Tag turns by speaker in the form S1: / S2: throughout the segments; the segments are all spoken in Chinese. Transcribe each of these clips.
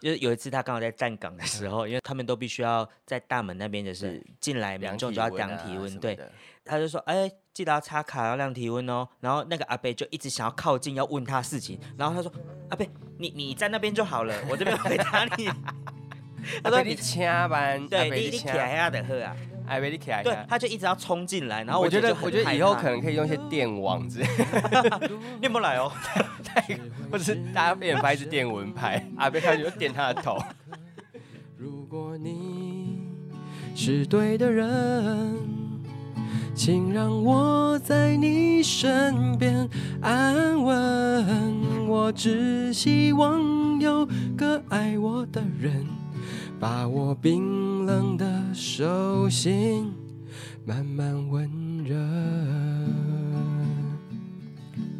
S1: 就是有一次他刚好在站岗的时候，因为他们都必须要在大门那边，就是进来民
S2: 量
S1: 众
S2: 体
S1: 就要
S2: 温
S1: 量
S2: 啊
S1: 体
S2: 什
S1: 温，
S2: 么
S1: 对，
S2: 的，
S1: 他就说：“哎、记得要插卡，要量体温哦。”然后那个阿贝就一直想要靠近，要问他事情。然后他说：“阿贝，你你在那边就好了，我这边回答你。” 他
S2: 他
S1: 说
S2: 啊说：“你掐班，
S1: 对，
S2: 阿伯
S1: 你你
S2: 啊你
S1: 起来
S2: 掐，
S1: 呀的喝啊！”
S2: 哎，别你卡
S1: 对，他就一直要冲进来，然后
S2: 我觉得
S1: 就，很
S2: 我觉得
S1: 害
S2: 以后
S1: 怕
S2: 可能可以用一些电网之类，
S1: 你不来哦。
S2: 或者是大家变成拍是电蚊 拍，阿贝开始就电他的头。
S3: 如果你是对的人，请让我在你身边安稳。我只希望有个爱我的人，把我冰冷的手心慢慢温热。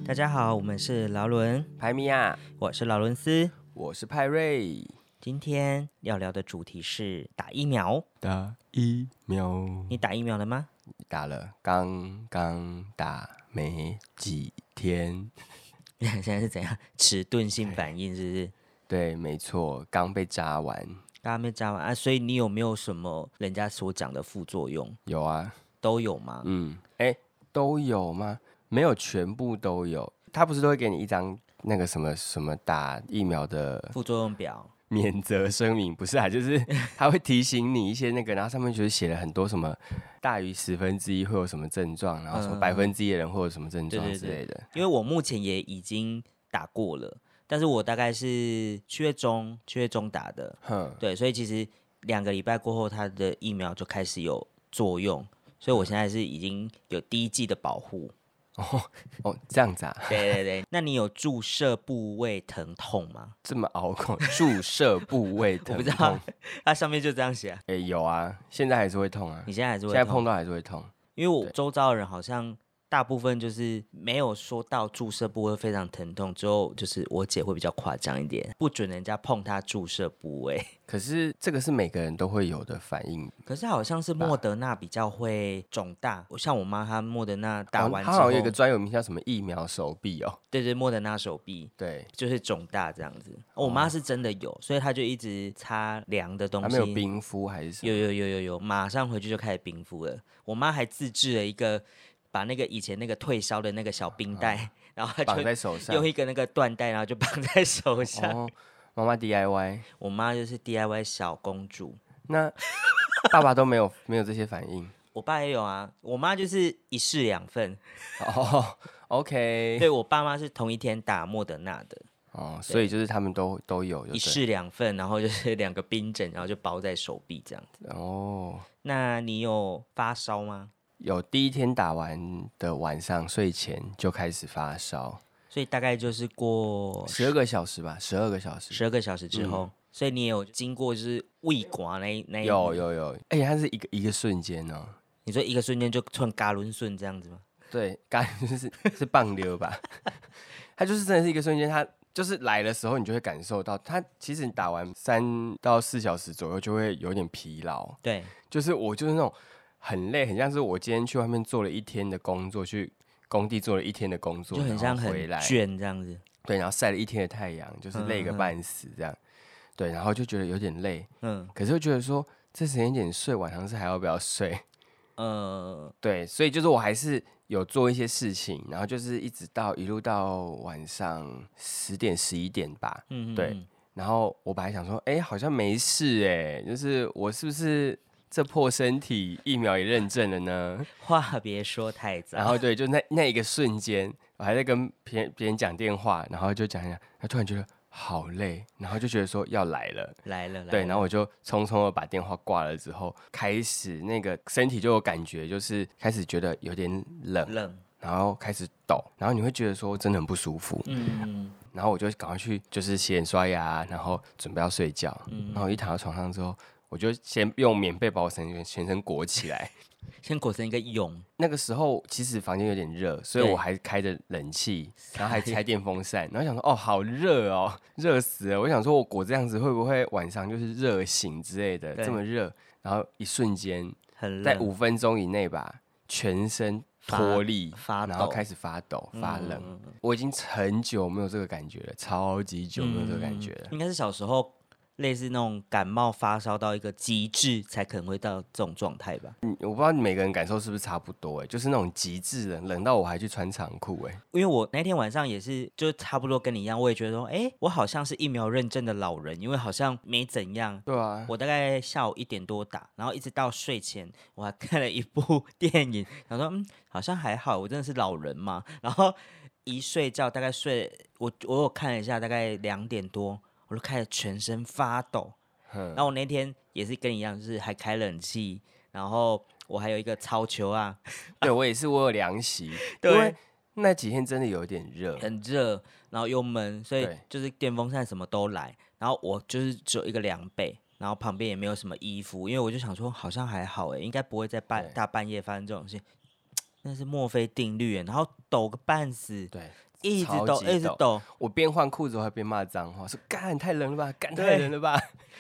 S1: 大家好，我们是劳伦，
S2: 排米亚，
S1: 我是劳伦斯。
S2: 啊我是派瑞，
S1: 今天要聊的主题是打疫苗。
S3: 打疫苗，
S1: 你打疫苗了吗？
S2: 打了，刚刚打没几天，
S1: 现在是怎样？迟钝性反应是不是？
S2: 对，没错，刚被扎完，
S1: 大家没扎完啊，所以你有没有什么人家所讲的副作用
S2: 有啊，
S1: 都有吗？
S2: 嗯，哎、都有吗？没有，全部都有。他不是都会给你一张那个什么什么打疫苗的
S1: 副作用表，
S2: 免责声明，不是啊，就是 他会提醒你一些那个，然后上面就是写了很多什么大于十分之一会有什么症状，然后什么
S1: 嗯
S2: 百分之一的人会有什么症
S1: 对
S2: 状
S1: 对
S2: 之
S1: 对
S2: 类的。
S1: 因为我目前也已经打过了，但是我大概是七月中七月中打的，
S2: 哼，
S1: 对，所以其实两个礼拜过后，它的疫苗就开始有作用，所以
S2: 嗯
S1: 我现在是已经有第一季的保护。
S2: 哦，这样子啊，
S1: 对对 对，那你有注射部位疼痛吗？
S2: 这么拗口， 注射部位疼
S1: 不知道
S2: 痛，
S1: 它上面就这样写啊、
S2: 哎、有啊，现在还是会痛啊
S1: 你，现在还是会
S2: 现在碰
S1: 痛，
S2: 到还是会痛。
S1: 因为我
S2: 对
S1: 周遭的人好像。大部分就是没有说到注射部位非常疼痛，之后就是我姐会比较夸张一点，不准人家碰她注射部位。
S2: 可是这个是每个人都会有的反应，
S1: 可是好像是莫德纳比较会肿大，像我妈她莫德纳打
S2: 好
S1: 完之
S2: 它
S1: 后，
S2: 哦好像有一个专有名叫什么疫苗手臂哦，
S1: 对对莫德纳手臂
S2: 对，
S1: 就是肿大这样子。哦我妈是真的有，所以她就一直擦凉的东
S2: 它
S1: 西。
S2: 没有冰敷还是什么？
S1: 有有有有有马上回去就开始冰敷了。我妈还自制了一个，把那个以前那个退烧的那个小冰袋，然后她
S2: 啊绑
S1: 就
S2: 在手上
S1: 用。一个那个缎带，然后就绑在手上。
S2: 哦，妈妈 DIY，
S1: 我妈就是 DIY 小公主。
S2: 那 爸爸都没有没有这些反应。
S1: 我爸也有啊，我妈就是一式两份。
S2: 哦，OK，
S1: 对我爸妈是同一天打莫德纳的，
S2: 哦，所以就是他们都都有，就
S1: 一
S2: 对
S1: 式两份，然后就是两个冰枕，然后就包在手臂这样子。
S2: 哦，
S1: 那你有发烧吗？
S2: 有第一天打完的晚上睡前就开始发烧，
S1: 所以大概就是过
S2: 十二个小时吧，十二个小
S1: 哦
S2: 时。
S1: 十二个小时之后，
S2: 嗯
S1: 所以你也有经过就是胃管那一那一
S2: 有，有有，而且它是一个一个瞬间哦。
S1: 你说一个瞬间就窜嘎伦顺这样子吗？
S2: 对，感觉就是是棒溜吧， 它就是真的是一个瞬间，它就是来的时候你就会感受到，它其实你打完三到四小时左右就会有点疲劳，
S1: 对，
S2: 就是我就是那种很累，很像是我今天去外面做了一天的工作，去工地做了一天的工作，
S1: 就很
S2: 然后
S1: 像很
S2: 回来，
S1: 倦这样子。
S2: 对，然后晒了一天的太阳，就是累个
S1: 嗯嗯嗯
S2: 半死这样，对，然后就觉得有点累，
S1: 嗯
S2: 可是又觉得说这时间点睡晚上是还要不要睡？
S1: 呃，
S2: 对，所以就是我还是有做一些事情，然后就是一直到一路到晚上十点十一点吧。
S1: 嗯，
S2: 对
S1: 嗯
S2: 然后我本来想说，哎、好像没事哎、就是我是不是这破身体疫苗也认证了 呢？
S1: 话别说太早。
S2: 然后对，就那那一个瞬间，我还在跟别人别人讲电话，然后就讲一讲，他突然觉得好累，然后就觉得说要来了。
S1: 来了，来
S2: 对，
S1: 了
S2: 然后我就匆匆的把电话挂了之后，开始那个身体就有感觉，就是开始觉得有点冷，
S1: 冷，
S2: 然后开始抖，然后你会觉得说真的很不舒服，
S1: 嗯，
S2: 然后我就赶快去就是洗脸刷牙，然后准备要睡觉，
S1: 嗯
S2: 然后一躺到床上之后，我就先用棉被把我全身全身裹起来。
S1: 先裹成一个蛹，
S2: 那个时候其实房间有点热，所以
S1: 对
S2: 我还开着冷气，然后还开电风扇，然后想说哦好热哦， 热死了！我想说我裹这样子会不会晚上就是热醒之类的，
S1: 对
S2: 这么热，然后一瞬间
S1: 很
S2: 在
S1: 冷，
S2: 五分钟以内吧，全身脱力
S1: 发
S2: 然后
S1: 抖
S2: 开始发抖、发冷。
S1: 嗯嗯
S2: 我已经很久没有这个感觉了，超级久没有这个感觉了。
S1: 应该是小时候类似那种感冒发烧到一个极致才可能会到这种状态吧。
S2: 嗯我不知道你每个人感受是不是差不多哎、就是那种极致冷，冷到我还去穿长裤哎、
S1: 因为我那天晚上也是，就差不多跟你一样，我也觉得说，哎，我好像是疫苗认证的老人，因为好像没怎样。
S2: 对啊，
S1: 我大概下午一点多打，然后一直到睡前，我还看了一部 电影，想说嗯，好像还好，我真的是老人嘛。然后一睡觉，大概睡我我有看了一下，大概两点多，我就开始全身发抖。
S2: 哼
S1: 然后我那天也是跟你一样，就是还开冷气，然后我还有一个超球啊，
S2: 对我也是，我有凉席，因
S1: 对
S2: 为那几天真的有点热，
S1: 很热，然后又闷，所以
S2: 对
S1: 就是电风扇什么都来。然后我就是只有一个凉被，然后旁边也没有什么衣服，因为我就想说好像还好欸诶，应该不会在半
S2: 对
S1: 大半夜发生这种事情。那是墨菲定律耶，欸然后抖个半死，
S2: 对
S1: 一直
S2: 超
S1: 抖，
S2: 级
S1: 一直
S2: 抖
S1: 抖。
S2: 我边换裤子我还边骂脏话，说干太冷了吧，干太
S1: 对
S2: 冷了吧，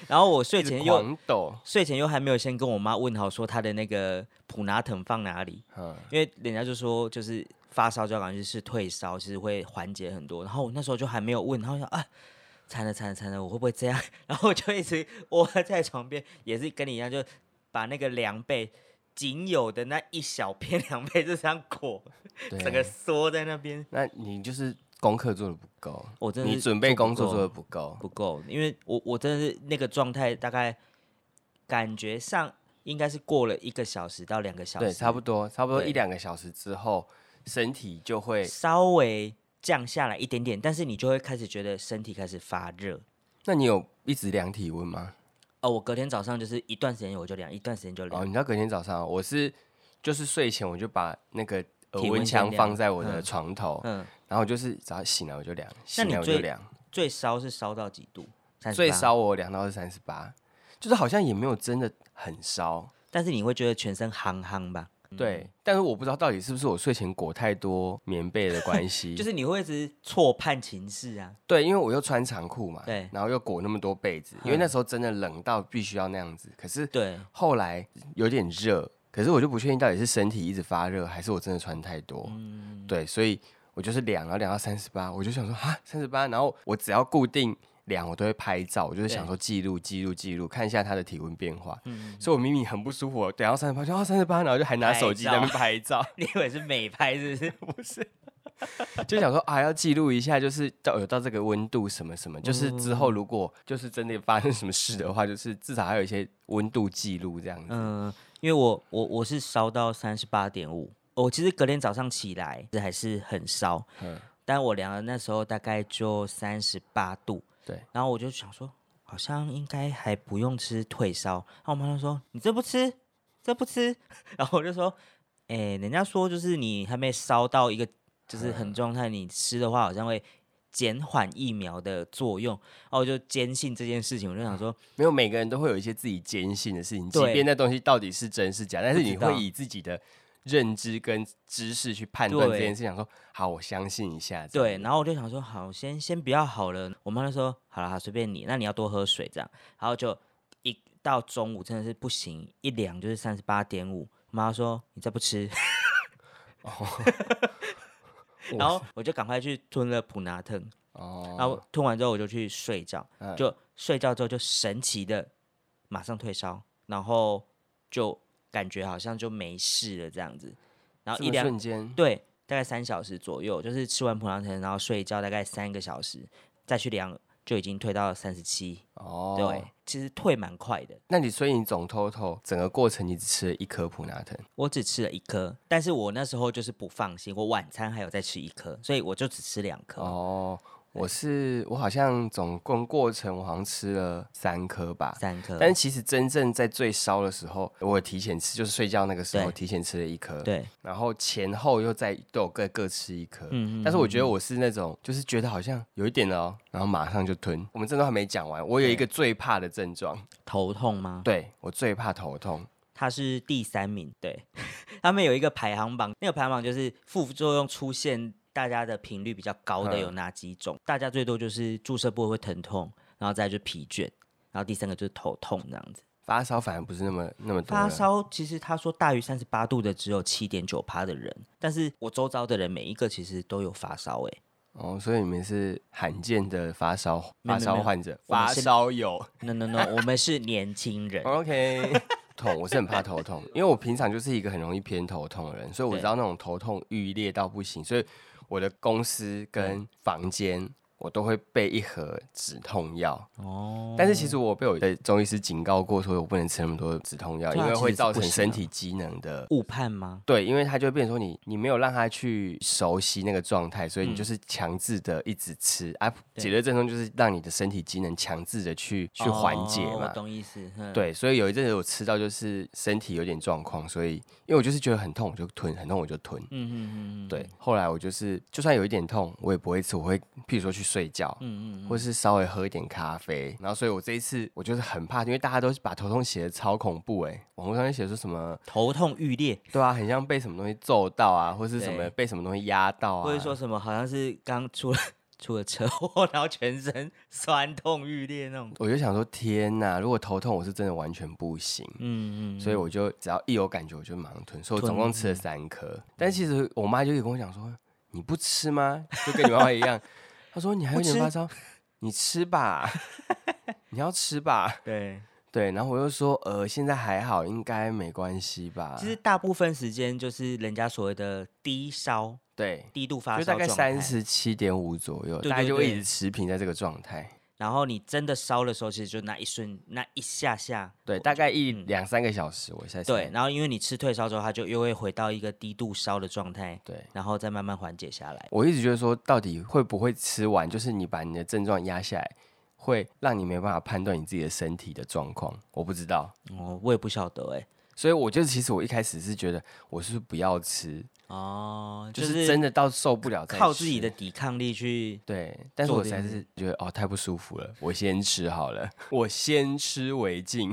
S1: 然后我睡
S2: 一直
S1: 前又
S2: 狂抖，
S1: 睡前又还没有先跟我妈问好，说她的那个普拿疼放哪里，
S2: 嗯，
S1: 因为人家就说就是发烧交感菌是退烧，其实会缓解很多。然后我那时候就还没有问，然后我想啊，惨了惨了惨了，我会不会这样？ 然后我就一直窝在床边，也是跟你一样，就把那个凉被仅有的那一小片凉被就这样裹，
S2: 对，
S1: 整个缩在那边。
S2: 那你就是功课做的不够，
S1: 我真的
S2: 你
S1: 是
S2: 准
S1: 做
S2: 备
S1: 不
S2: 工作
S1: 够
S2: 做的不够，
S1: 不够，因为我我真的是那个状态，大概感觉上应该是过了一个小时到两个小时，
S2: 对，差不多，差不多
S1: 对
S2: 一两个小时之后，身体就会
S1: 稍微降下来一点点，但是你就会开始觉得身体开始发热。
S2: 那你有一直量体温吗？
S1: 哦，我隔天早上就是一段时间我就量，一段时间就量。
S2: 哦，你知道隔天早上我是就是睡前我就把那个额
S1: 体温
S2: 温
S1: 先
S2: 枪
S1: 量
S2: 放在我的
S1: 嗯
S2: 床头，
S1: 嗯，
S2: 然后我就是只要醒来我就量，
S1: 那
S2: 醒
S1: 你
S2: 来我就
S1: 最
S2: 量，
S1: 最烧是烧到几度？38
S2: 最，烧我量到是三十八，就是好像也没有真的很烧，
S1: 但是你会觉得全身夯夯吧？
S2: 对，但是我不知道到底是不是我睡前裹太多棉被的关 系，
S1: 就是你会一直错判情势啊。
S2: 对，因为我又穿长裤嘛，
S1: 对
S2: 然后又裹那么多被子，因为
S1: 嗯
S2: 那时候真的冷到必须要那样子，可是
S1: 对，
S2: 后来有点热，可是我就不确定到底是身体一直发热，还是我真的穿太
S1: 嗯
S2: 多。对，所以我就是量，然后量到三十八，我就想说啊，三十八，然后我只要固定量，我都会拍照，我就是想说记录记录记录，看一下它的体温变化。
S1: 嗯
S2: 所以我明明很不舒服，我量到三十八，就啊三十八，然后就还拿手机在那边拍照，
S1: 哦你以为是美拍 是不是？
S2: 就想说啊要记录一下，就是到有到这个温度什么什么，就是之
S1: 嗯
S2: 后如果就是真的发生什么事的话，就是至少还有一些温度记录这样子。
S1: 嗯，因为我我我是烧到三十八点五，我其实隔天早上起来还是很烧，
S2: 嗯
S1: 但我量的那时候大概就三十八度，
S2: 对，
S1: 然后我就想说，好像应该还不用吃退烧，然后我妈就说你这不吃，这不吃， 然后我就说，哎、人家说就是你还没烧到一个
S2: 嗯
S1: 就是很状态，你吃的话好像会。减缓疫苗的作用，然后我就坚信这件事情，我就想说，
S2: 没有每个人都会有一些自己坚信的事情，即
S1: 对
S2: 便那东西到底是真是假，但是
S1: 不知
S2: 你会
S1: 道
S2: 以自己的认知跟知识去判断
S1: 对
S2: 这件事，想说好，我相信一下。这
S1: 对，
S2: 样子
S1: 然后我就想说，好，先先不要好了。我妈就说，好了，好随便你，那你要多喝水这样。然后就一到中午真的是不行，一量就是三十八点五。我妈说你再不 吃，
S2: 哦
S1: 然后我就赶快去吞了普拿疼，
S2: 哦，
S1: 然后吞完啊之后我就去睡觉，
S2: 嗯
S1: 就睡觉之后就神奇的马上退烧，然后就感觉好像就没事了这样子。然后啊
S2: 这
S1: 一
S2: 么
S1: 量
S2: 瞬间，
S1: 对，大概三小时左右，就是吃完葡萄糖，然后睡一觉，大概三个小时，再去量就已经退到三十七。
S2: 哦，
S1: 对，其实退蛮快的。
S2: 那你所以你总 total 整个过程你只吃了一颗普拿疼，
S1: 我只吃了一颗，但是我那时候就是不放心，我晚餐还有再吃一颗，所以我就只吃两颗。
S2: 哦，我是我好像总共过程我好像吃了三颗吧，
S1: 三颗，
S2: 但是其实真正在最烧的时候，我有提前吃，就是睡觉那个时候
S1: 对
S2: 提前吃了一颗，
S1: 对，
S2: 然后前后又再都有各各吃一颗。
S1: 嗯
S2: 但是我觉得我是那种，就是觉得好像有一点了哦，然后马上就吞。我们这都还没讲完，我有一个最怕的症状，
S1: 头痛吗？
S2: 对我最怕头痛。
S1: 他是第三名，对， 他们有一个排行榜，那个排行榜就是副作用出现大家的频率比较高的
S2: 嗯
S1: 有哪几种？大家最多就是注射部位会疼痛，然后再来就是疲倦，然后第三个就是头痛这样子。
S2: 发烧反而不是那么那么多了，
S1: 发烧其实他说大于三十八度的只有七点九趴的人，但是我周遭的人每一个其实都有发烧诶、欸
S2: 哦，所以你们是罕见的发烧
S1: 没有没有
S2: 发
S1: 没
S2: 烧
S1: 有
S2: 患者，
S1: 我们
S2: 发
S1: 是
S2: 烧友。
S1: No No No，我们是年轻人。
S2: OK，痛，我是很怕头痛，因为我平常就是一个很容易偏头痛的人，所以我
S1: 对
S2: 知道那种头痛欲裂到不行，所以我的公司跟
S1: 嗯
S2: 房间。我都会备一盒止痛药，
S1: 哦，
S2: 但是其实我被我的中医师警告过，说我不能吃那么多止痛药，
S1: 对
S2: 因
S1: 啊
S2: 为
S1: 其
S2: 会
S1: 实是
S2: 造
S1: 不
S2: 成
S1: 行
S2: 身
S1: 的
S2: 体机能的
S1: 误判吗？
S2: 对，因为他就会变成说你你没有让他去熟悉那个状态，所以你
S1: 嗯
S2: 就是强制的一直吃、啊。
S1: 对
S2: 解热症状就是让你的身体机能强制的去去缓解
S1: 哦我。
S2: 嘛
S1: 懂意思。哼，
S2: 对，所以有一阵子我吃到就是身体有点状况，所以因为我就是觉得很痛我就吞，很痛我就吞。
S1: 嗯嗯嗯嗯，
S2: 对，后来我就是就算有一点痛，我也不会吃，我会譬如说去睡觉，
S1: 嗯嗯嗯，
S2: 或是稍微喝一点咖啡。然后所以我这一次我就是很怕，因为大家都是把头痛写的超恐怖哎、网络上面写说什么
S1: 头痛欲裂，
S2: 对啊，很像被什么东西揍到啊，或是什么
S1: 对
S2: 被什么东西压到啊，
S1: 或者说什么好像是刚出了 出了车祸，然后全身 酸痛欲裂那种。
S2: 我就想说天呐，如果头痛我是真的完全不行，
S1: 嗯嗯，
S2: 所以我就只要一有感觉我就马上吞，所以我总
S1: 吞
S2: 共吃了三颗。但其实我妈就一直跟我讲说，你不吃吗？就跟你妈妈一样，她说你还有点
S1: 不吃
S2: 发烧，你 吃吧，你要吃吧。
S1: 对。
S2: 对，然后我又说，呃，现在还好，应该没关系吧。
S1: 其实大部分时间就是人家所谓的低烧、
S2: 对，
S1: 低度发烧
S2: 就大概
S1: 状态
S2: 三，十七点五左右，
S1: 对
S2: 大概
S1: 对
S2: 就会一
S1: 对
S2: 直持平在这个状态。
S1: 然后你真的烧的时候，其实就那一瞬、那一下下，
S2: 对，大概一
S1: 嗯
S2: 两三个小时，我现在
S1: 对。然后因为你吃退烧之后，它就又会回到一个低度烧的状态，
S2: 对。
S1: 然后再慢慢缓解下来。
S2: 我一直觉得说，到底会不会吃完，就是你把你的症状压下来，会让你没办法判断你自己的身体的状况，我不知道。
S1: 哦，我也不晓得哎、
S2: 所以我就其实我一开始是觉得我是不是不要吃，
S1: 哦，
S2: 就
S1: 就是是
S2: 真的到受不了再
S1: 靠自己的
S2: 吃
S1: 抵抗力去。
S2: 对，但是我
S1: 做
S2: 实
S1: 这
S2: 在
S1: 件
S2: 是觉得哦太不舒服了，我先吃好了， 我先吃为敬。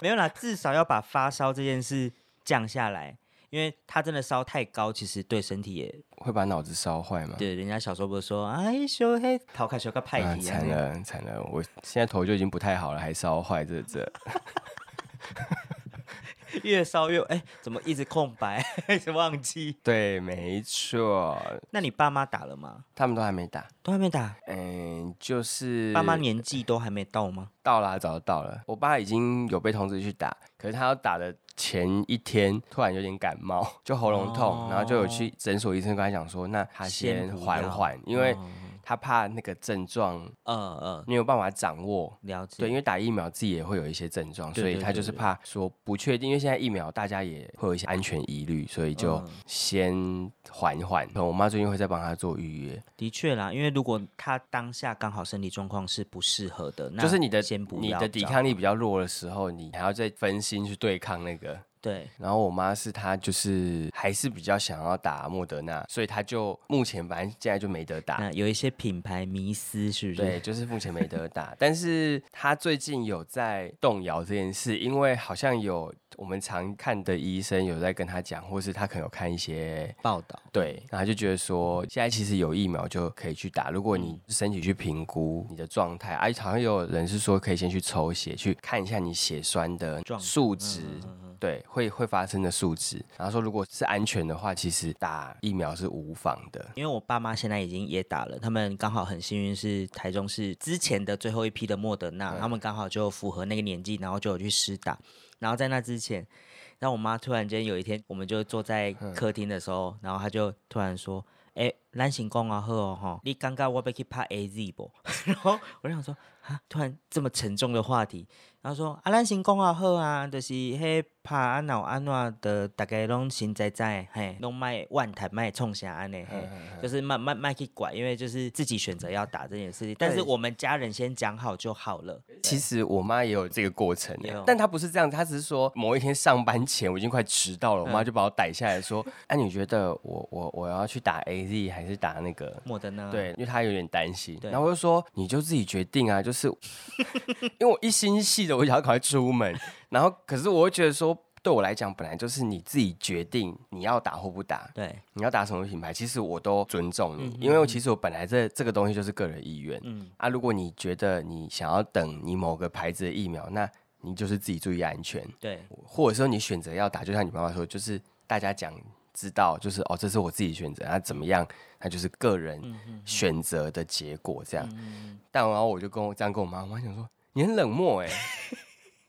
S1: 没有啦，至少要把发烧这件事降下来，因为它真的烧太高，其实对身体也
S2: 会把脑子烧坏吗？
S1: 对。人家小时候不是说，哎，小黑逃开小个派
S2: 啊，
S1: 题
S2: 惨了惨了，我现在头就已经不太好了，还烧坏这这。
S1: 越烧越哎、怎么一直空白， 一直忘记？
S2: 对，没错，
S1: 那你爸妈打了吗？
S2: 他们都还没打。
S1: 都还没打，
S2: 嗯，就是
S1: 爸妈年纪都还没到吗？
S2: 到啦，早就到了。我爸已经有被通知去打，可是他要打的前一天突然有点感冒，就喉咙痛，然后就有去诊所医生跟他讲说，那他
S1: 哦先
S2: 先
S1: 不
S2: 缓
S1: 要
S2: 缓，因为
S1: 哦
S2: 他怕那个症状
S1: 呃呃，
S2: 没有办法掌握。
S1: 了解。
S2: 对，因为打疫苗自己也会有一些症状，
S1: 对
S2: 所以
S1: 对
S2: 他
S1: 对
S2: 就是
S1: 对
S2: 怕说不确定，因为现在疫苗大家也会有一些安全疑虑，所以就
S1: 嗯
S2: 先缓缓。我妈最近会再帮他做预约，
S1: 的确啦，因为如果他当下刚好身体状况是不适合的，那
S2: 就是你的
S1: 先不
S2: 你
S1: 要
S2: 的抵
S1: 找
S2: 抗力比较弱的时候，你还要再分心去对抗那个。
S1: 对
S2: 然后我妈是她就是还是比较想要打莫德纳，所以她就目前反正现在就没得打。
S1: 那有一些品牌迷思嗯是不
S2: 对，
S1: 是？
S2: 就是目前没得打，但是她最近有在动摇这件事，因为好像有我们常看的医生有在跟她讲，或是她可能有看一些
S1: 报道
S2: 对，然后他就觉得说，现在其实有疫苗就可以去打。如果你
S1: 嗯
S2: 身体去评估你的状态，而且好像也有人是说可以先去抽血，去看一下你血栓的
S1: 状态
S2: 数值。
S1: 嗯嗯
S2: 对，会会发生的数值，然后说如果是安全的话，其实打疫苗是无妨的。
S1: 因为我爸妈现在已经也打了，他们刚好很幸运是台中市之前的最后一批的莫德纳，他们刚好就符合那个年纪，然后就有去施打。然后在那之前，然后我妈突然间有一天，我们就坐在
S2: 嗯
S1: 客厅的时候，然后她就突然说：“哎、咱先讲啊好哦吼，你刚刚我被去拍 A Z 不？” 然后我就想说啊，突然这么沉重的话题，然后说啊，咱先讲啊好啊，就是迄拍安哪安怎的，大家拢先知知的嘿，拢卖万谈卖冲啥安尼
S2: 嗯
S1: 嘿，就是慢慢慢去管，因为就是自己选择要打这件事情，但是
S2: 对
S1: 我们家人先讲好就好了。
S2: 其实我妈也有这个过程
S1: 也
S2: 欸
S1: 有，
S2: 但她不是这样，她只是说某一天上班前我已经快迟到了，我妈
S1: 嗯
S2: 就把我逮下来说：“哎、你觉得我我我要去打 A Z 还是打那个？”
S1: 莫德纳，
S2: 对，因为他有点担心，
S1: 嗯对
S2: 然后我就说你就自己决定啊，就是 因为我一心一细的，我想要赶快出门，然后可是我会觉得说，对我来讲，本来就是你自己决定你要打或不打，
S1: 对，
S2: 你要打什么品牌，其实我都尊重你，因为其实我本来这这个东西就是个人意愿，
S1: 嗯
S2: 啊，如果你觉得你想要等你某个牌子的疫苗，那你就是自己注意安全，
S1: 对，
S2: 或者说你选择要打，就像你妈妈说，就是大家讲知道，就是哦，这是我自己选择，那怎么样，那就是个人选择的结果这样。但然后我就跟我这样跟我妈，我妈想说你很冷漠哎、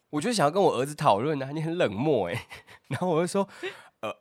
S2: 我就想要跟我儿子讨论啊，你很冷漠哎、 然后我就说呃，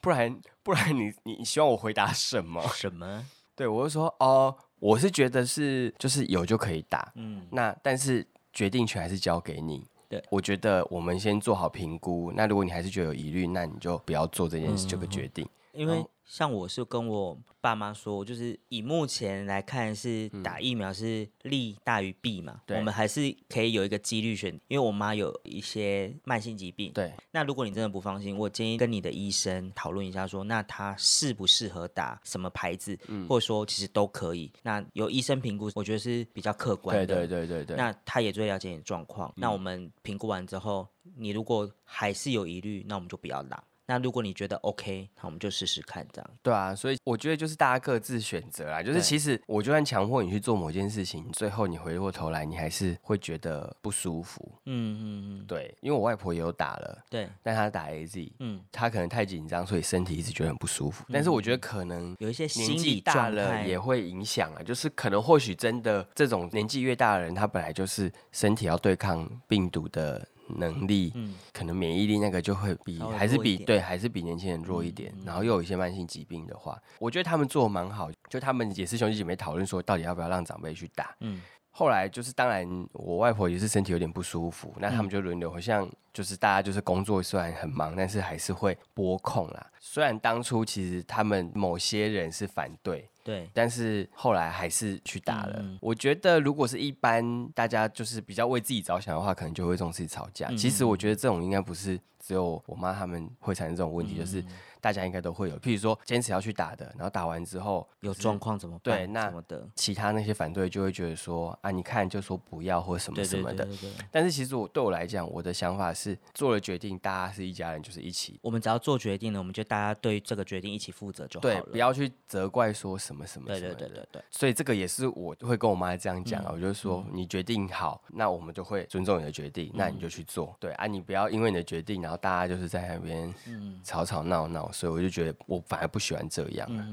S2: 不然不然你你你希望我回答什么？
S1: 什么？
S2: 对我就说哦，我是觉得是就是有就可以打，
S1: 嗯
S2: 那但是决定权还是交给你。
S1: 对，
S2: 我觉得我们先做好评估。那如果你还是觉得有疑虑，那你就不要做这件事，这个决定。
S1: 因
S2: 然
S1: 为
S2: 后
S1: 像我是跟我爸妈说，就是以目前来看是打疫苗是利大于弊嘛，
S2: 嗯对
S1: 我们还是可以有一个几率选，因为我妈有一些慢性疾病。
S2: 对，
S1: 那如果你真的不放心，我建议跟你的医生讨论一下说那她适不适合打什么牌子，
S2: 嗯
S1: 或者说其实都可以。那由医生评估，我觉得是比较客观
S2: 对
S1: 的。
S2: 对对对对。嗯
S1: 那他也最了解你的状况。那我们评估完之后，你如果还是有疑虑，那我们就不要打。那如果你觉得 OK，那我们就试试看这样。
S2: 对啊，所以我觉得就是大家各自选择啦。就是
S1: 对
S2: 其实我就算强迫你去做某件事情，最后你回过头来，你还是会觉得不舒服。
S1: 嗯嗯嗯，
S2: 对，因为我外婆也有打了，
S1: 对，
S2: 但她打 A Z，
S1: 嗯，
S2: 她可能太紧张，所以身体一直觉得很不舒服。但是我觉得可能
S1: 有一些
S2: 年
S1: 心
S2: 纪
S1: 理
S2: 大
S1: 状
S2: 了
S1: 态
S2: 也会影响啊，就是可能或许真的这种年纪越大的人，他本来就是身体要对抗病毒的能力，
S1: 嗯
S2: 可能免疫力那个就会比
S1: 稍微
S2: 还是
S1: 弱一
S2: 比
S1: 点嗯
S2: 对还是比年轻人弱一点，然后又有一些慢性疾病的话，我觉得他们做的蛮好，就他们也是兄弟姐妹讨论说到底要不要让长辈去打，
S1: 嗯
S2: 后来就是，当然我外婆也是身体有点不舒服，那
S1: 嗯
S2: 他们就轮流，好像就是大家就是工作虽然很忙，但是还是会拨空啦。虽然当初其实他们某些人是反对，
S1: 对，
S2: 但是后来还是去打了。
S1: 嗯嗯
S2: 我觉得如果是一般大家就是比较为自己着想的话，可能就会这种事情吵架。
S1: 嗯
S2: 其实我觉得这种应该不是只有我妈他们会产生这种问题，就是
S1: 嗯
S2: 大家应该都会有。譬如说坚持要去打的，然后打完之后
S1: 有
S2: 就是
S1: 状况怎么
S2: 对
S1: 办？
S2: 那嗯
S1: 什么的，
S2: 其他那些反对就会觉得说啊，你看就说不要或什么
S1: 对
S2: 什
S1: 对
S2: 么
S1: 对
S2: 的。
S1: 对对。
S2: 但是其实我对我来讲，我的想法是做了决定，大家是一家人，就是一起。
S1: 我们只要做决定了，我们就大家对这个决定一起负责就好
S2: 对，
S1: 了。
S2: 不要去责怪说什么什么
S1: 对
S2: 什么
S1: 对
S2: 的。
S1: 对对对，
S2: 所以这个也是我会跟我妈这样讲啊，我就说你决定好，那我们就会尊重你的决定，那你就去做。对啊，你不要因为你的决定，然后大家就是在那边吵吵闹闹。所以我就觉得我反而不喜欢这样啊。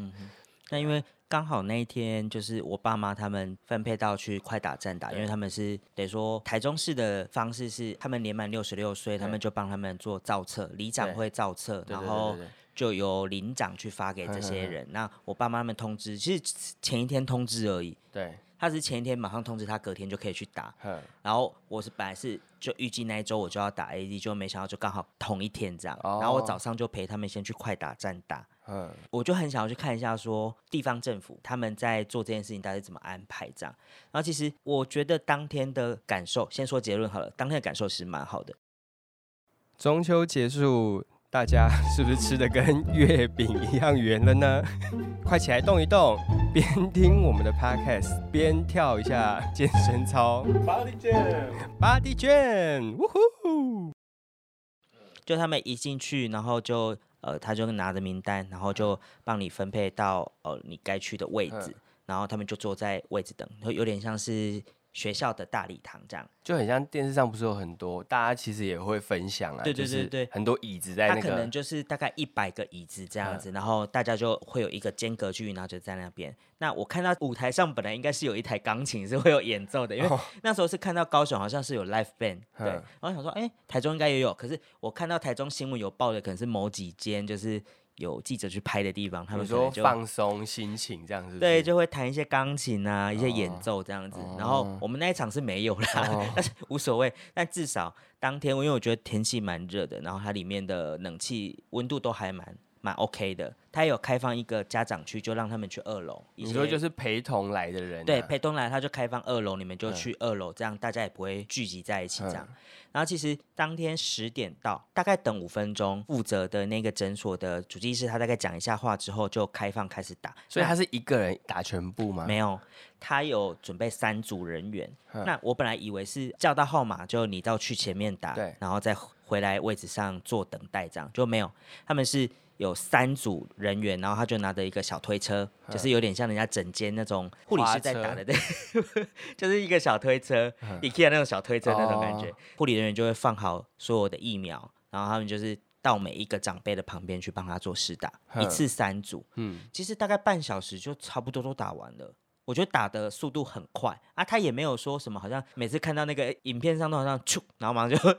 S1: 那因为刚好那一天就是我爸妈他们分配到去快打站打，因为他们是等于说台中市的方式是他们年满六十六岁，他们就帮他们做造册，里长
S2: 对
S1: 会造册，
S2: 对
S1: 然
S2: 对对
S1: 后
S2: 对对
S1: 就由领长去发给这些人。那我爸妈他们通知，其实前一天通知而已。
S2: 对，
S1: 他只是前一天马上通知他，隔天就可以去打。
S2: 哼，
S1: 然后我是本来是就预计那一周我就要打 AD，就没想到就刚好同一天这样。
S2: 哦
S1: 然后我早上就陪他们先去快打站打，
S2: 嗯，
S1: 我就很想要去看一下，说地方政府他们在做这件事情到底怎么安排这样。然后其实我觉得当天的感受，先说结论好了，当天的感受是蛮好的。
S2: 中秋结束，大家 是不是吃的跟月饼一样圆了呢？ 快起来动一动，边听我们的 podcast 边跳一下健身操。Body Jam，Body Jam，呜呼！
S1: 就他们一进去，然后就呃，他就拿着名单，然后就帮你分配到呃你该去的位置
S2: 嗯，
S1: 然后他们就坐在位置等，就有点像是学校的大礼堂这样。
S2: 就很像电视上不是有很多，大家其实也会分享啊，
S1: 对对对
S2: 就是
S1: 对
S2: 很多椅子在
S1: 他
S2: 那
S1: 可
S2: 个嗯
S1: 能，就是大概一百个椅子这样子，然后大家就会有一个间隔距离，然后就在那边。那我看到舞台上本来应该是有一台钢琴是会有演奏的，因为 那时候是看到高雄好像是有 live band，对，
S2: 哦嗯
S1: 然后想说，哎、台中应该也有，可是我看到台中新闻有报的可能是某几间就是有记者去拍的地方，他
S2: 你
S1: 们可
S2: 说
S1: 能就
S2: 放松心情这样是不是？
S1: 对，就会弹一些钢琴啊，一些演
S2: 哦
S1: 奏这样子。然后我们那一场是没有啦， 但是无所谓。但至少当天，因为我觉得天气蛮热的，然后它里面的冷气温度都还蛮蛮 OK 的。它也有开放一个家长区，就让他们去二楼。。
S2: 你说就是是陪同来的人啊、
S1: 对，陪东来他就开放二楼，你们就
S2: 嗯
S1: 去二楼，这样大家也不会聚集在一起这样。然后其实当天十点到，大概等五分钟，负责的那个诊所的主治医师他大概讲一下话之后，就开放开始打。
S2: 所以他是一个人打全部吗？嗯
S1: 没有，他有准备三组人员。那我本来以为是叫到号码就你到去前面打
S2: 对，
S1: 然后再回来位置上坐等待这样，就没有。他们是有三组人员，然后他就拿着一个小推车，就是有点像人家整间那种护理
S2: 嗯花
S1: 师在打
S2: 车嗯
S1: 的，对， 就是一个小推车，IKEA 那种小推车那种感觉。护理人员就会放好所有的疫苗，然后他们就是。到每一个长辈的旁边去帮他做试打，一
S2: 哼
S1: 次三组。
S2: 嗯，
S1: 其实大概半小时就差不多都打完了。我觉得打的速度很快啊，他也没有说什么，好像每次看到那个影片上都好像 咻，然后马上就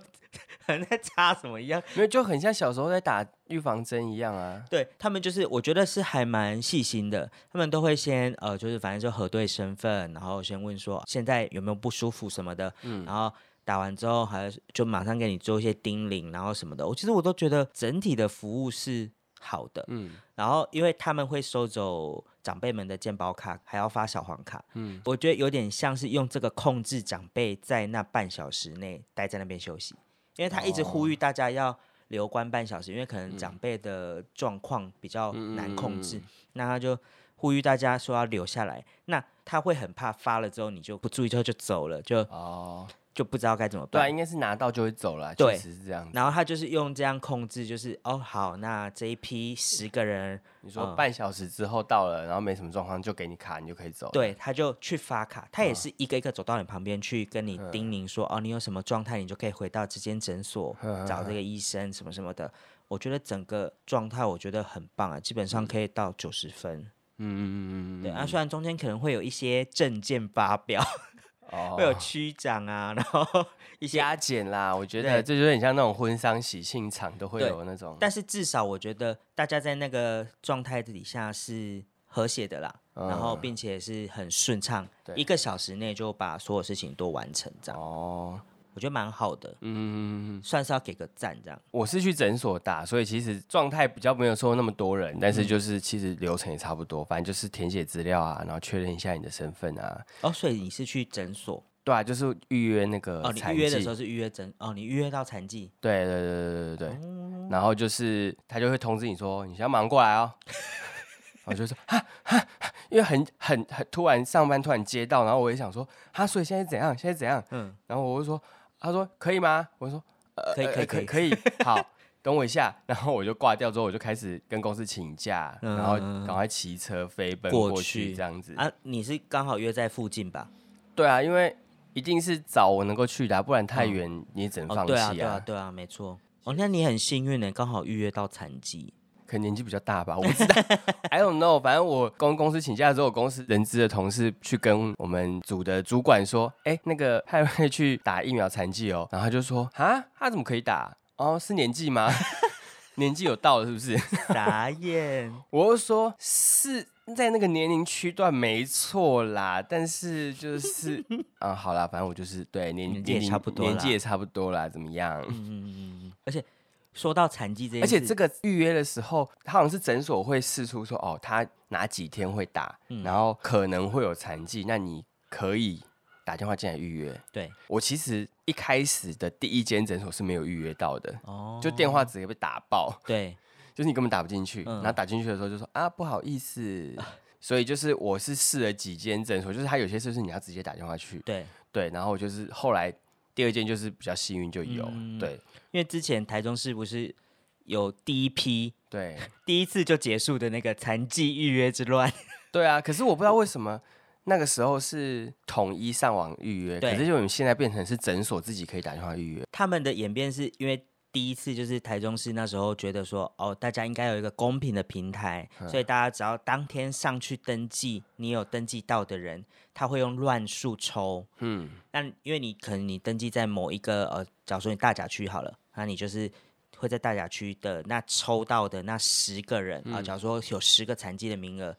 S1: 好像在插什么一样。
S2: 因为就很像小时候在打预防针一样啊。
S1: 对他们就是，我觉得是还蛮细心的，他们都会先呃，就是反正就核对身份，然后先问说现在有没有不舒服什么的，然后。打完之后还是就马上给你做一些叮咛，然后什么的。我其实我都觉得整体的服务是好的，
S2: 嗯
S1: 然后因为他们会收走长辈们的健保卡，还要发小黄卡，
S2: 嗯，
S1: 我觉得有点像是用这个控制长辈在那半小时内待在那边休息，因为他一直呼吁
S2: 哦
S1: 大家要留观半小时，因为可能
S2: 嗯
S1: 长辈的状况比较难控制，那他就呼吁大家说要留下来，那他会很怕发了之后你就不注意之后就走了，就
S2: 哦，
S1: 就不知道该怎么
S2: 对啊，
S1: 办
S2: 应。该是拿到就会走了，啊
S1: 对
S2: 确实是这样子。
S1: 然后他就是用这样控制，就是哦好，那这一批十个人，
S2: 你说
S1: 嗯
S2: 半小时之后到了，然后没什么状况就给你卡，你就可以走。，
S1: 对，他就去发卡，
S2: 啊
S1: 他也是一个一个走到你旁边去跟
S2: 嗯
S1: 你叮咛说，哦，你有什么状态，你就可以回到这间诊所
S2: 嗯
S1: 找这个医生什么什么的。我觉得整个状态我觉得很棒啊，基本上可以到九十分。
S2: 嗯嗯嗯嗯嗯嗯，
S1: 对、啊，虽然中间可能会有一些证件发表，
S2: 哦
S1: 会有区长啊，然后 一些，
S2: 加减啦，我觉得这就有点像那种婚丧喜庆场都会
S1: 对
S2: 有那种，
S1: 但是至少我觉得大家在那个状态底下是和谐的啦，然后并且是很顺畅，
S2: 嗯对
S1: 一个小时内就把所有事情都完成，这样
S2: 哦，
S1: 我觉得蛮好的。
S2: 嗯嗯嗯嗯嗯，
S1: 算是要给个赞这样。
S2: 我是去诊所打，所以其实状态比较没有说那么多人，但是就是其实流程也差不多，反正就是填写资料啊，然后确认一下你的身份啊，
S1: 哦，所以你是去诊所
S2: 对啊，就是预约那个
S1: 哦？你
S2: 呃残
S1: 预约的
S2: 疾
S1: 时候是预约诊哦，你预约到残疾
S2: 对对对对对对对，
S1: 哦
S2: 然后就是他就会通知你说你先忙过来哦，我就说哈哈，因为很很很突然上班突然接到，然后我也想说哈，所以现在怎样？现在怎样？
S1: 嗯
S2: 嗯，然后我就说，他说可以吗？我就说呃
S1: 可以
S2: 呃
S1: 可以
S2: 可以可以，好，等我一下，然后我就挂掉之后，我就开始跟公司请假，然后赶快骑车飞奔
S1: 嗯过
S2: 过
S1: 去
S2: 去这样子。
S1: 啊？你是刚好约在附近吧？
S2: 对啊，因为一定是找我能够去的啊、不然太远你也只能
S1: 哦，
S2: 放
S1: 对啊，
S2: 弃
S1: 对啊，
S2: 啊。
S1: 对啊，没错。哦，那你很幸运呢，刚好预约到残疾。
S2: 可能年纪比较大吧，我不知道，I don't know。反正我跟公司请假之后，我公司人资的同事去跟我们组的主管说，哎、那个派瑞去打疫苗残疾哦，然后他就说啊，他怎么可以打？哦，是年纪吗？ 年纪有到了是不是？
S1: 傻眼，
S2: 我就说是在那个年龄区段没错啦，但是就是 啊，好啦，反正我就是对年
S1: 年纪也
S2: 龄
S1: 差不多啦
S2: 年纪也差不多啦，怎么样？
S1: 嗯，而且说到残疾这件
S2: 而
S1: 事，
S2: 且这个预约的时候，他好像是诊所会试出说，哦，他哪几天会打，
S1: 嗯
S2: 然后可能会有残疾，那你可以打电话进来预约。
S1: 对
S2: 我其实一开始的第一间诊所是没有预约到的，
S1: 哦，
S2: 就电话直接被打爆，
S1: 对
S2: 就是你根本打不进去。
S1: 嗯
S2: 然后打进去的时候就说啊，不好意思。 所以就是我是试了几间诊所，就是他有些事是你要直接打电话去，
S1: 对，
S2: 对。然后我就是后来第二间就是比较幸运就有，
S1: 嗯
S2: 对
S1: 因为之前台中市不是有第一批
S2: 对。
S1: 第一次就结束的那个残疾预约之乱，
S2: 对啊，可是我不知道为什么那个时候是统一上网预约，
S1: 对
S2: 可是就我们现在变成是诊所自己可以打电话预约。
S1: 他们的演变是因为第一次就是台中市那时候觉得说，哦，大家应该有一个公平的平台，
S2: 嗯
S1: 所以大家只要当天上去登记，你有登记到的人，他会用乱数抽。
S2: 嗯，
S1: 那因为你可能你登记在某一个呃，假如说你大甲区好了，那你就是。会在大甲区的那抽到的那十个人
S2: 嗯
S1: 啊、假如说有十个残疾的名额，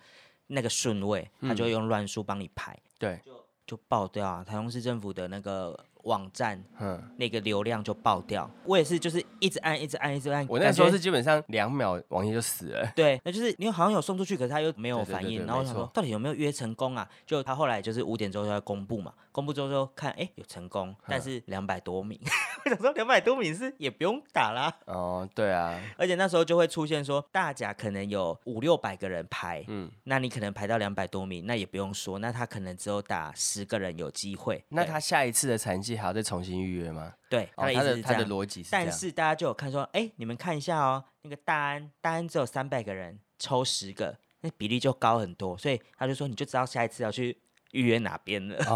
S1: 那个顺位，他就会用乱数帮你排，
S2: 嗯对，
S1: 就爆掉啊！台中市政府的那个网站
S2: 嗯，
S1: 那个流量就爆掉。我也是，就是一直按，一直按，一直按。
S2: 我那时候
S1: 感觉
S2: 是基本上两秒网页就死了。
S1: 对，那就是你好像有送出去，可是他又没有
S2: 对对
S1: 反
S2: 对
S1: 应，
S2: 对
S1: 然后我
S2: 没
S1: 想说
S2: 错
S1: 到底有没有约成功啊？就他后来就是五点之后就要公布嘛，公布之后就看，哎，有成
S2: 嗯
S1: 功，但是两百多名， 我想说两百多名是也不用打啦，
S2: 哦，对啊，
S1: 而且那时候就会出现说大家可能有五六百个人排，
S2: 嗯，
S1: 那你可能排到两百多名，那也不用说，那他可能只有打十个人有机会，
S2: 那
S1: 对
S2: 他下一次的残疾还要再重新预约吗？
S1: 对他
S2: 哦
S1: 的，意
S2: 他
S1: 思
S2: 的
S1: 是
S2: 他
S1: 这
S2: 的
S1: 样。
S2: 逻辑是这
S1: 但
S2: 样。
S1: 是大家就有看说，哎、你们看一下哦，那个大安，大安只有三百个人抽十个，那比例就高很多，所以他就说你就知道下一次要去预约哪边了。
S2: 哦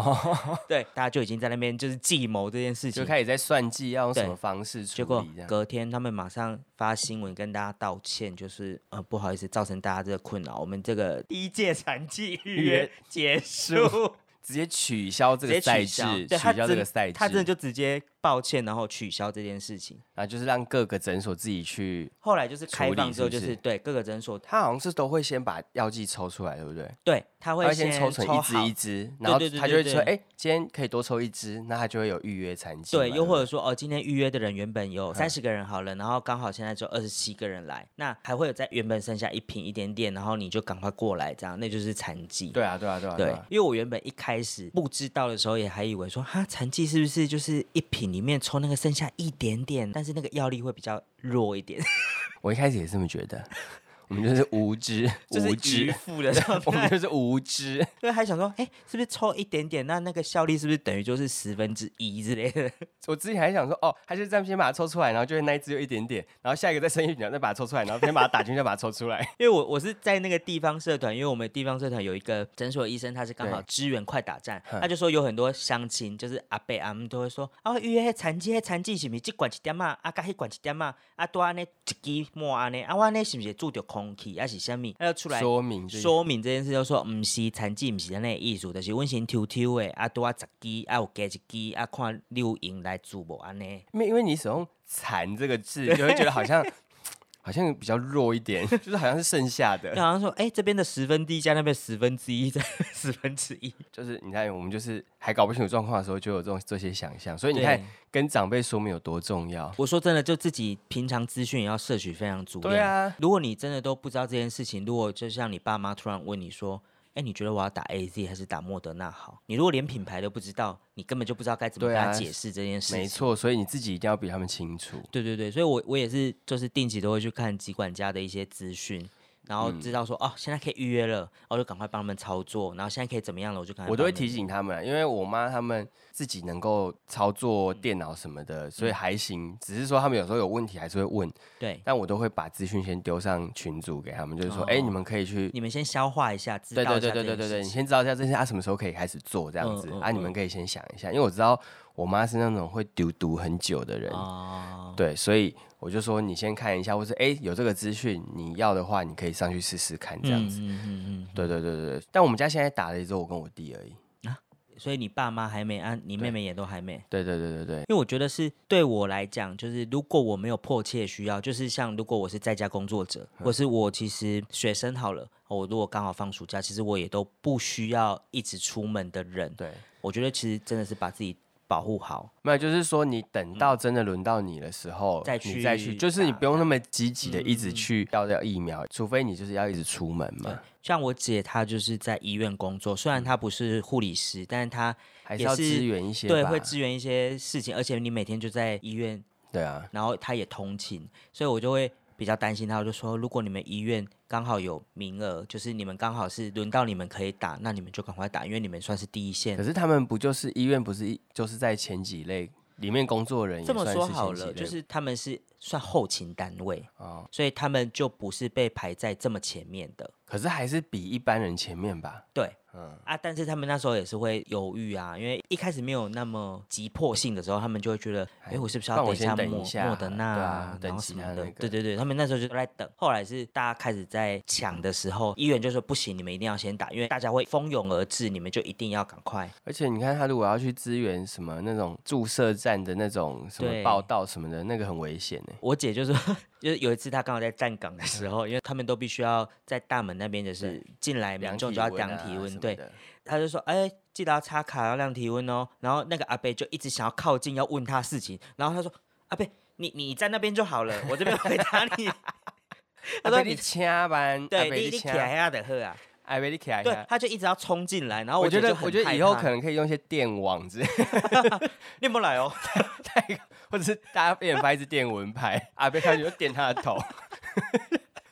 S1: 对，大家就已经在那边就是计谋这件事
S2: 就
S1: 情。
S2: 开始在算计要用什
S1: 对
S2: 么方式处
S1: 结果
S2: 理这样。
S1: 隔天他们马上发新闻跟大家道歉，就是呃不好意思造成大家这个困扰，我们这个第一届产季预约
S2: 约
S1: 结束，
S2: 直接取消这
S1: 直
S2: 个
S1: 接
S2: 赛
S1: 取
S2: 制
S1: 消，，
S2: 取
S1: 对他
S2: 消这
S1: 真
S2: 个赛制，
S1: 他真的就直接抱歉，然后取消这件事情。
S2: 啊，就是让各个诊所自己去，
S1: 后来就是开
S2: 处理
S1: 放之后，
S2: 是
S1: 就
S2: 不是
S1: 是对各个诊所，
S2: 他好像是都会先把药剂抽出来，对不对？
S1: 对他
S2: 他
S1: 会
S2: 会先抽
S1: 抽
S2: 成一支
S1: 好
S2: 一支，然后
S1: 对对
S2: 他就会
S1: 对
S2: 说，
S1: 对
S2: 哎，今天可以多抽一支，那他就会有预约残疾嘛。
S1: 对，又
S2: 不
S1: 或者说哦，今天预约的人原本有
S2: 嗯
S1: 三十个人好了，然后刚好现在只有二十七个人来，那还会有在原本剩下一瓶一点点，然后你就赶快过来，这样那就是残疾。
S2: 对啊，对啊，对啊，对
S1: 对
S2: 啊，，
S1: 因为我原本一开始不知道的时候，也还以为说哈残疾是不是就是一瓶里面抽那个剩下一点点，但是那个药力会比较弱 一点，
S2: 我一开始也这么觉得， 我们就是无知，
S1: 就是
S2: 无
S1: 愚
S2: 知，
S1: 腹的状
S2: 我们
S1: 态。
S2: 就是无知。
S1: 对，还想说，哎、是不是抽一点点，那那个效力是不是等于就是十分之一之类的？
S2: 我之前还想说，哦，他就这样先把它抽出来，然后就会那一支就一点点，然后下一个再生一秒再把它抽出来，然后先把它打进去再把它抽出来。
S1: 因为我我是在那个地方社团，因为我们地方社团有一个诊所医生，他是刚好
S2: 对
S1: 支援快打战，
S2: 哼
S1: 他就说有很多乡亲，就是阿伯阿姆都会说，啊预约那残疾，那残疾是不是这管一点嘛，啊甲迄管一点嘛，啊多安尼一支莫安尼，啊我安尼是不是住着空气，还是什么？他就 出来
S2: 说明这一
S1: 说明这件事，就说唔是残疾，唔是那艺术，就是温先抽抽的，啊多啊十支，啊有加一支，啊看六营来做无安 尼。
S2: 因为因为你使用“残”这个字，就会觉得好像 好像比较弱一点，就是好像是剩下
S1: 就
S2: 的，
S1: 好像说，哎、这边的十分之一加那边十分之一，再 十分之一。
S2: 就是你看我们就是还搞不清楚状况的时候，就有这种这些想象，所以你看
S1: 对
S2: 跟长辈说明有多重要。
S1: 我说真的，就自己平常资讯也要摄取非常足量。
S2: 对啊，
S1: 如果你真的都不知道这件事情，如果就像你爸妈突然问你说：“哎，你觉得我要打 A Z 还是打莫德纳好？”你如果连品牌都不知道，你根本就不知道该怎么
S2: 对
S1: 跟
S2: 啊
S1: 他解释这件事
S2: 没
S1: 情。
S2: 错，所以你自己一定要比他们清楚。
S1: 对对对，所以我我也是，就是定期都会去看疾管家的一些资讯，然后知道说、哦，现在可以预约了，然后就赶快帮他们操作，然后现在可以怎么样了，我就赶快。
S2: 我都会提。醒他们，因为我妈他们自己能够操作电脑什么的，
S1: 嗯
S2: 所以还行。只是说他们有时候有问题还是会问，
S1: 对，
S2: 但我都会把资讯先丢上群组给他们，就是说，哎、
S1: 哦
S2: 你们可以去
S1: 你们先消化一下，知道
S2: 对
S1: 一
S2: 对
S1: 下
S2: 对
S1: 这件
S2: 对对对
S1: 事
S2: 对，你
S1: 情
S2: 先知道一下这些啊什么时候可以开始做这样
S1: 嗯
S2: 子、
S1: 嗯
S2: 啊，你
S1: 嗯
S2: 们可以先想一下，因为我知道我妈是那种会丢读很久的人，
S1: 哦，
S2: 对，所以我就说你先看一下，或是哎、有这个资讯，你要的话你可以上去试试看这样子。
S1: 嗯嗯嗯嗯
S2: 对对对对对，但我们家现在打了之后，我跟我弟而已。
S1: 所以你爸妈还没啊，你
S2: 对
S1: 妹妹也都还没。
S2: 对对对对对，
S1: 因为我觉得是对我来讲，就是如果我没有迫切需要，就是像如果我是在家工作者，
S2: 嗯
S1: 或是我其实学生好了，我如果刚好放暑假，其实我也都不需要一直出门的人。
S2: 对，
S1: 我觉得其实真的是把自己保护好。
S2: 没有，就是说你等到真的轮到你的时候，
S1: 嗯再
S2: 你再去，
S1: 去
S2: 就是你
S1: 打
S2: 不用那么积极的
S1: 嗯
S2: 一
S1: 嗯
S2: 直
S1: 嗯
S2: 去要掉疫苗，除非你就是要一直出门嘛，
S1: 像我姐她就是在医院工作，虽
S2: 嗯
S1: 然她不是护理师，但是她
S2: 还是
S1: 也
S2: 要
S1: 是
S2: 支援一些吧，
S1: 对会支援一些事情，而且你每天就在医院
S2: 对啊，
S1: 然后他也通勤，所以我就会比较担心他，我就说，如果你们医院刚好有名额，就是你们刚好是轮到你们可以打，那你们就赶快打，因为你们算是第一线
S2: 可。是他们不就是医院不是一就是在前几类里面工作人也
S1: 这么
S2: 算
S1: 说
S2: 是
S1: 好
S2: 前几
S1: 了，
S2: 类
S1: 就是他们是算后勤单位，
S2: 哦，
S1: 所以他们就不是被排在这么前面的。
S2: 可是还是比一般人前面吧。
S1: 对
S2: 嗯，
S1: 啊，但是他们那时候也是会犹豫啊，因为一开始没有那么急迫性的时候，他们就会觉得，哎，我是不是要
S2: 那我
S1: 等
S2: 先
S1: 下
S2: 等一
S1: 莫
S2: 下
S1: 莫德纳
S2: 对啊等
S1: 然后
S2: 其
S1: 什么
S2: 他
S1: 的
S2: 那个
S1: 对对对，他们那时候就都在等。后来是大家开始在抢的时候，医院就说不行，你们一定要先打，因为大家会蜂拥而至，你们就一定要赶快。
S2: 而且你看他如果要去支援什么那种注射站的那种什么
S1: 对
S2: 报道什么的，那个很危险呢。
S1: 我姐就说， 就是有一次她刚好在站岗的时候，因为他们都必须要在大门那边，就是进来哎民众就要
S2: 啊
S1: 量体温，对，，他就说：“哎、记得要插卡，要量体温哦。”然后那个阿贝就一直想要靠近，要问他事情。然后他说：“阿贝，你你在那边就好了，我这边回答你。”他
S2: 他说
S1: 说：“
S2: 啊你
S1: 你
S2: 掐班，啊
S1: 对你你起来
S2: 掐，
S1: 呀的喝啊
S2: 哎，被你掐！”一
S1: 对
S2: 下，。
S1: 他就一直要冲进来，然后
S2: 我
S1: 姐
S2: 觉得
S1: 就，很
S2: 我觉得以后
S1: 害怕
S2: 可能可以用一些电网之类，
S1: 你不来哦。
S2: 或者是大家啊变成发一支电蚊拍，阿贝开始就电他的头。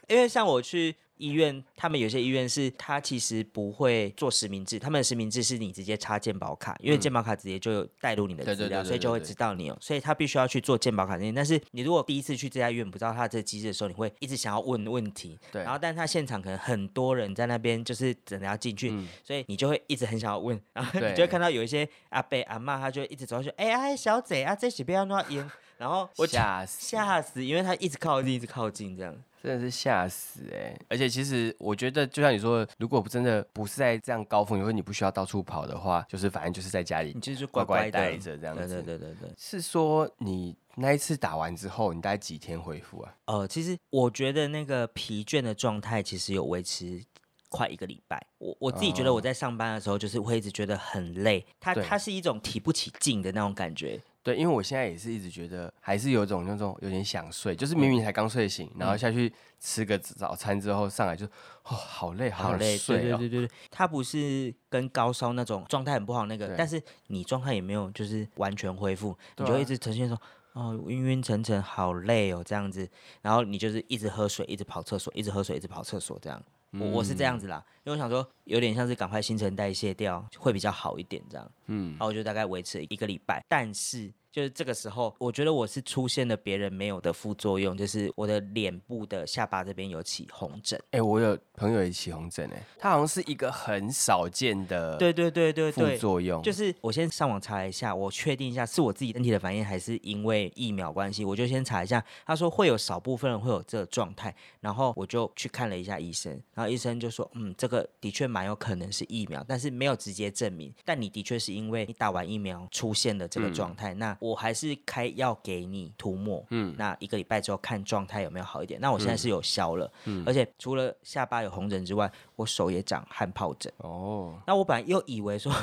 S1: 因为像我去医院，他们有些医院是他其实不会做实名制，他们的实名制是你直接插健保卡，因为健保卡直接就有带入你的
S2: 嗯对
S1: 资
S2: 对
S1: 料，
S2: 对对
S1: 所以就会
S2: 对对
S1: 知道你有，哦所以他必须要去做健保卡这件事。但是你如果第一次去这家医院不知道他这个机制的时候，你会一直想要问问题，
S2: 对
S1: 然后但他现场可能很多人在那边就是等着要进去，所以你就会一直很想要问，然后你
S2: 嗯对
S1: 就会看到有一些阿伯阿嬷，他就会一直走上去，哎、哎小姐啊，这是不要弄烟， 然后我就
S2: 吓死，
S1: 吓死，因为他一直靠近，一直靠近这样。
S2: 真的是吓死哎、而且其实我觉得，就像你说的，如果真的不是在这样高峰，因为你不需要到处跑的话，就是反正就是在家里
S1: 你。就是
S2: 乖
S1: 乖
S2: 乖
S1: 的
S2: 待着这样
S1: 对
S2: 子
S1: 对对对对。
S2: 是说你那一次打完之后，你大概几天恢复啊？
S1: 呃，其实我觉得那个疲倦的状态其实有维持快一个礼拜。我我自己觉得我在上班的时候就是会一直觉得很累，它
S2: 对
S1: 它是一种提不起劲的那种感觉。
S2: 对，因为我现在也是一直觉得还是有种那种有点想睡，就是明明才刚睡醒，然后下去吃个早餐之后上来就哦好累，
S1: 好
S2: 想
S1: 累，对
S2: 睡
S1: 对
S2: 哦。
S1: 对对对，它不是跟高烧那种状态很不好那个
S2: 对，
S1: 但是你状态也没有就是完全恢复，你
S2: 对
S1: 就会
S2: 啊
S1: 一直呈现说。哦，晕晕沉沉，好累哦，这样子，然后你就是一直喝水，一直跑厕所，一直喝水，一直跑厕所，这样。我我是这
S2: 嗯
S1: 样子啦，因为我想说，有点像是赶快新陈代谢掉，会比较好一点这样。嗯，然后我就大概维持了一个礼拜，但是就是这个时候，我觉得我是出现了别人没有的副作用，就是我的脸部的下巴这边有起红疹。
S2: 哎、我有朋友也起红疹哎、它好像是一个很少见的
S1: 对对对对
S2: 呃副
S1: 对，
S2: 作用，
S1: 就是我先上网查一下，我确定一下是我自己身体的反应，还是因为疫苗关系，我就先查一下。他说会有少部分人会有这个状态，然后我就去看了一下医生，然后医生就说，嗯，这个的确蛮有可能是疫苗，但是没有直接证明。但你的确是因为你打完疫苗出现了这个状态，那我还是开药给你涂抹，嗯，那一个礼拜之后看状态有没有好一点。那我现在是有消了，而且除了下巴有红疹之外，我手也长汗疱疹。
S2: 哦，
S1: 那我本来又以为说，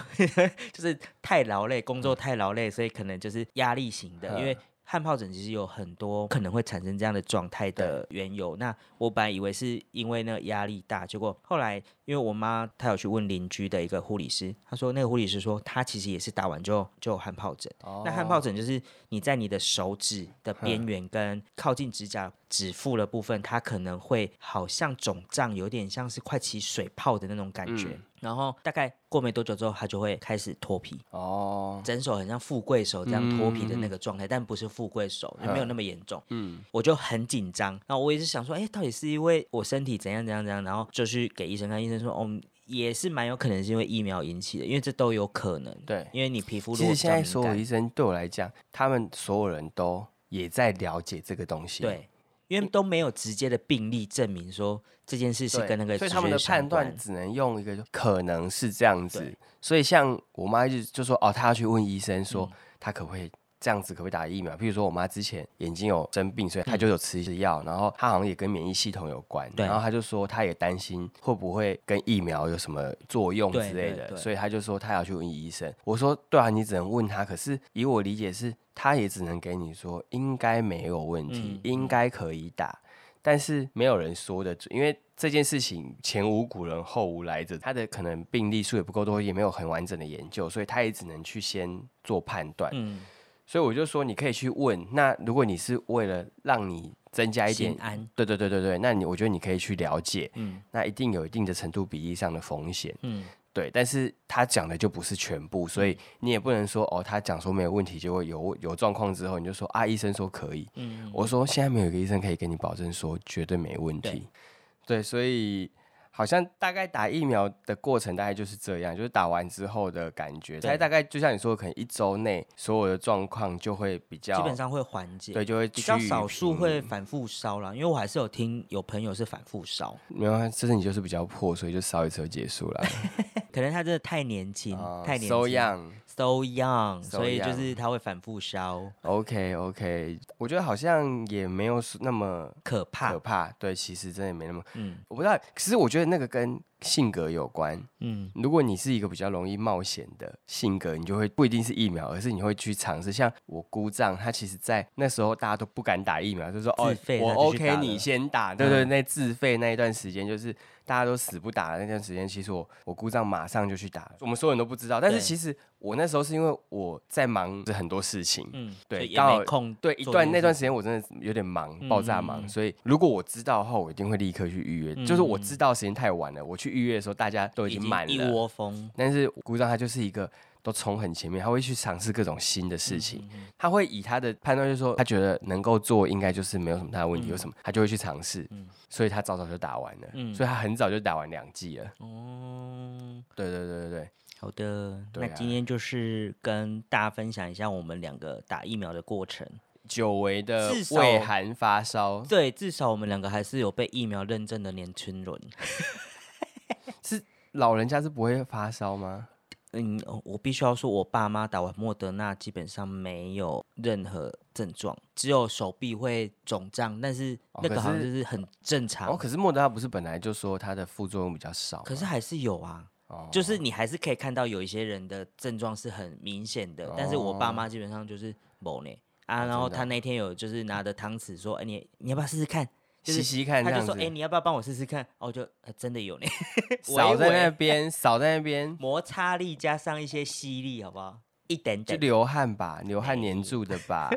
S1: 就是太劳累，工作太劳累，所以可能就是压力型的，因为汗疱疹其实有很多可能会产生这样的状态的缘由。那我本来以为是因为那个压力大，结果后来因为我妈她有去问邻居的一个护理师，她说那个护理师说她其实也是打完就就有汗疱疹。那汗疱疹就是你在你的手指的
S2: 嗯
S1: 边缘跟靠近指甲指腹的部分，它可能会好像肿胀，有点像是快起水泡的那种感觉。
S2: 嗯
S1: 然后大概过没多久之后，它就会开始脱皮，
S2: 哦，嗯
S1: 整手很像富贵手这样脱皮的那个状态，但不是富贵手，就没有那么严重。嗯，我就很紧张，然后我也是想说，哎，到底是因为我身体怎样怎样怎样，然后就去给医生看，医生说，哦。也是蛮有可能是因为疫苗引起的，因为这都有可能。
S2: 对
S1: 因为你皮肤如
S2: 其
S1: 果
S2: 实
S1: 比
S2: 现
S1: 较
S2: 在
S1: 敏
S2: 所有
S1: 感
S2: 医生对我来讲，他们所有人都也在了解这个东西，
S1: 对，因为都没有直接的病例证明说这件事
S2: 对，
S1: 是跟那个
S2: 所以
S1: 直
S2: 他们
S1: 觉
S2: 的
S1: 相
S2: 判断
S1: 关
S2: 只能用一个就可能是这样子
S1: 对。
S2: 所以像我妈就就说哦，她要去问医生说，
S1: 嗯
S2: 她可不可以这样子，可不可以打疫苗？譬如说我妈之前眼睛有生病，所以她就有吃一些药，然后她好像也跟免疫系统有关，
S1: 嗯对
S2: 然后她就说她也担心会不会跟疫苗有什么作用
S1: 对
S2: 之类
S1: 对
S2: 的，
S1: 对
S2: 所以她就说她要去问医生。我说对啊，你只能问他，可是以我理解是。她也只能给你说应该没有问题
S1: 嗯，
S2: 应该可以打。但是没有人说得准，因为这件事情前无古人后无来者，他的可能病例数也不够多，也没有很完整的研究，所以他也只能去先做判断。
S1: 嗯，
S2: 所以我就说，你可以去问。那如果你是为了让你增加一点
S1: 心安，
S2: 对对对对对，那你我觉得你可以去了解，
S1: 嗯
S2: 那一定有一定的程度比例上的风险。
S1: 嗯，
S2: 对，但是他讲的就不是全部，所以你也不能说哦，他讲说没有问题，结果有有状况之后，你就说啊，医生说可以。
S1: 嗯
S2: 我说现在没有一个医生可以跟你保证说绝对没问题。对，所以好像大概打疫苗的过程大概就是这样，就是打完之后的感
S1: 对
S2: 觉，大概大概就像你说，的，可能一周内所有的状况就会比较
S1: 基本上会缓解。
S2: 对，就会
S1: 比较
S2: 趋于
S1: 少数
S2: 平
S1: 会反复烧啦，因为我还是有听有朋友是反复烧，
S2: 没有啊，这次你就是比较破，所以就烧一次就结 束了。
S1: 可能他真的太年轻，
S2: 啊
S1: 太年轻
S2: so young。
S1: ，so young，
S2: so
S1: 所以就
S2: young
S1: 是他会反复烧，
S2: OK OK，我觉得好像也没有那么
S1: 可怕
S2: 可。怕。对，其实真的没那么，
S1: 嗯，
S2: 我不知道。其实我觉得那个跟性格有关。
S1: 嗯，
S2: 如果你是一个比较容易冒险的性格，你就会不一定是疫苗，而是你会去尝试。像我姑丈，他其实在那时候大家都不敢打疫苗，就说哦
S1: 自费，
S2: 我
S1: 他就去打
S2: OK，
S1: 了
S2: 你先打。对对，
S1: 嗯
S2: 那自费那一段时间，就是大家都死不打的那段时间，其实我我姑丈马上就去打了。我们所有人都不知道，但是
S1: 对
S2: 其实我那时候是因为我在忙着很多事情，
S1: 嗯，
S2: 对
S1: 所以也
S2: 刚好
S1: 没空
S2: 对，一
S1: 做
S2: 段
S1: 这
S2: 那
S1: 件
S2: 段
S1: 事
S2: 时间我真的有点忙，
S1: 嗯
S2: 爆炸
S1: 嗯
S2: 忙，
S1: 嗯
S2: 所以如果我知道的话，我一定会立刻去预约。就是我知道时间太晚了，我去预约的时候大家都已经满
S1: 嗯一
S2: 了。
S1: 窝蜂，
S2: 但是鼓掌他就是一个都冲很前面，他会去尝试各种新的事
S1: 嗯
S2: 情，他会以他的判断就是说他觉得能够做应该就是没有什么大的问题，有什么他就会去尝试，所以他早早就打完了，
S1: 嗯
S2: 所以他很早就打完两剂了。
S1: 哦，
S2: 对对对对对，
S1: 好的，
S2: 对
S1: 那
S2: 啊
S1: 今天就是跟大家分享一下我们两个打疫苗的过程。
S2: 久违的
S1: 至少
S2: 畏寒发烧
S1: 对，至少我们两个还是有被疫苗认证的年轻人。
S2: 是老人家是不会发烧吗？
S1: 嗯，哦我必须要说，我爸妈打完莫德纳基本上没有任何症状，只有手臂会肿胀，但是
S2: 哦
S1: 那
S2: 可
S1: 个好像
S2: 是
S1: 就是很正常。
S2: 哦，可是莫德纳不是本来就说它的副作用比较少吗？
S1: 啊可是还是有啊，
S2: 哦
S1: 就是你还是可以看到有一些人的症状是很明显的，但是我爸
S2: 哦
S1: 妈基本上就是某呢啊，
S2: 哦
S1: 然后
S2: 真的
S1: 他那天有就是拿着汤匙说，哎、你你要不要试试看？就
S2: 吸
S1: 是
S2: 吸看这
S1: 他就
S2: 样
S1: 说，
S2: 子
S1: 哎、，你要不要帮我试试看？哦，我就、呃真的有呢，
S2: 扫在
S1: 微
S2: 那
S1: 微
S2: 边，扫在 那边，
S1: 摩擦力加上一些吸力，好不好？一点
S2: 就
S1: 点，
S2: 流汗吧，流汗黏住的 吧。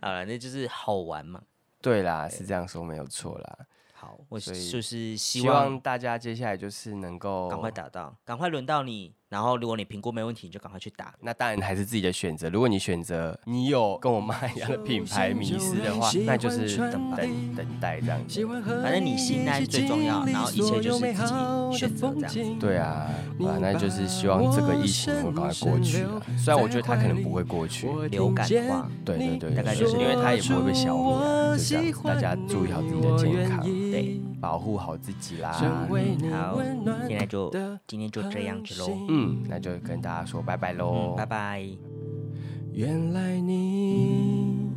S1: 好了，那就是好玩嘛。
S2: 对啦，是这样说没有错啦。
S1: 好，我
S2: 所
S1: 是
S2: 以
S1: 就是希
S2: 希
S1: 望
S2: 望哦大家接下来就是能够
S1: 赶快。打到，赶快轮到你。然后，如果你评估没问题，你就赶快去打。
S2: 那当然还是自己的选择。如果你选择你有跟我妈一样的品牌迷失的话，那就是等等等待这样
S3: 喜
S2: 子。
S3: 欢和
S1: 反正你心安最重要然后一切就是自己选择这样子
S2: 对啊，啊，那就是希望这个疫情会赶快过去啊。虽然我觉得它可能不会过去，
S1: 流感化
S2: 对对对，
S1: 大概就是
S2: 因为它也不会被消灭啊，就这样子，大家注意好自己的健康，
S1: 对，啊
S2: 保护好自己啦。
S1: 好，现在就今天就这样子喽，
S2: 嗯，那就跟大家说拜嗯拜喽，
S1: 拜。拜。
S3: 原来你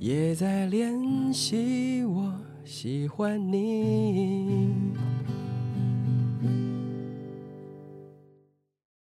S3: 也在练习，我喜欢你。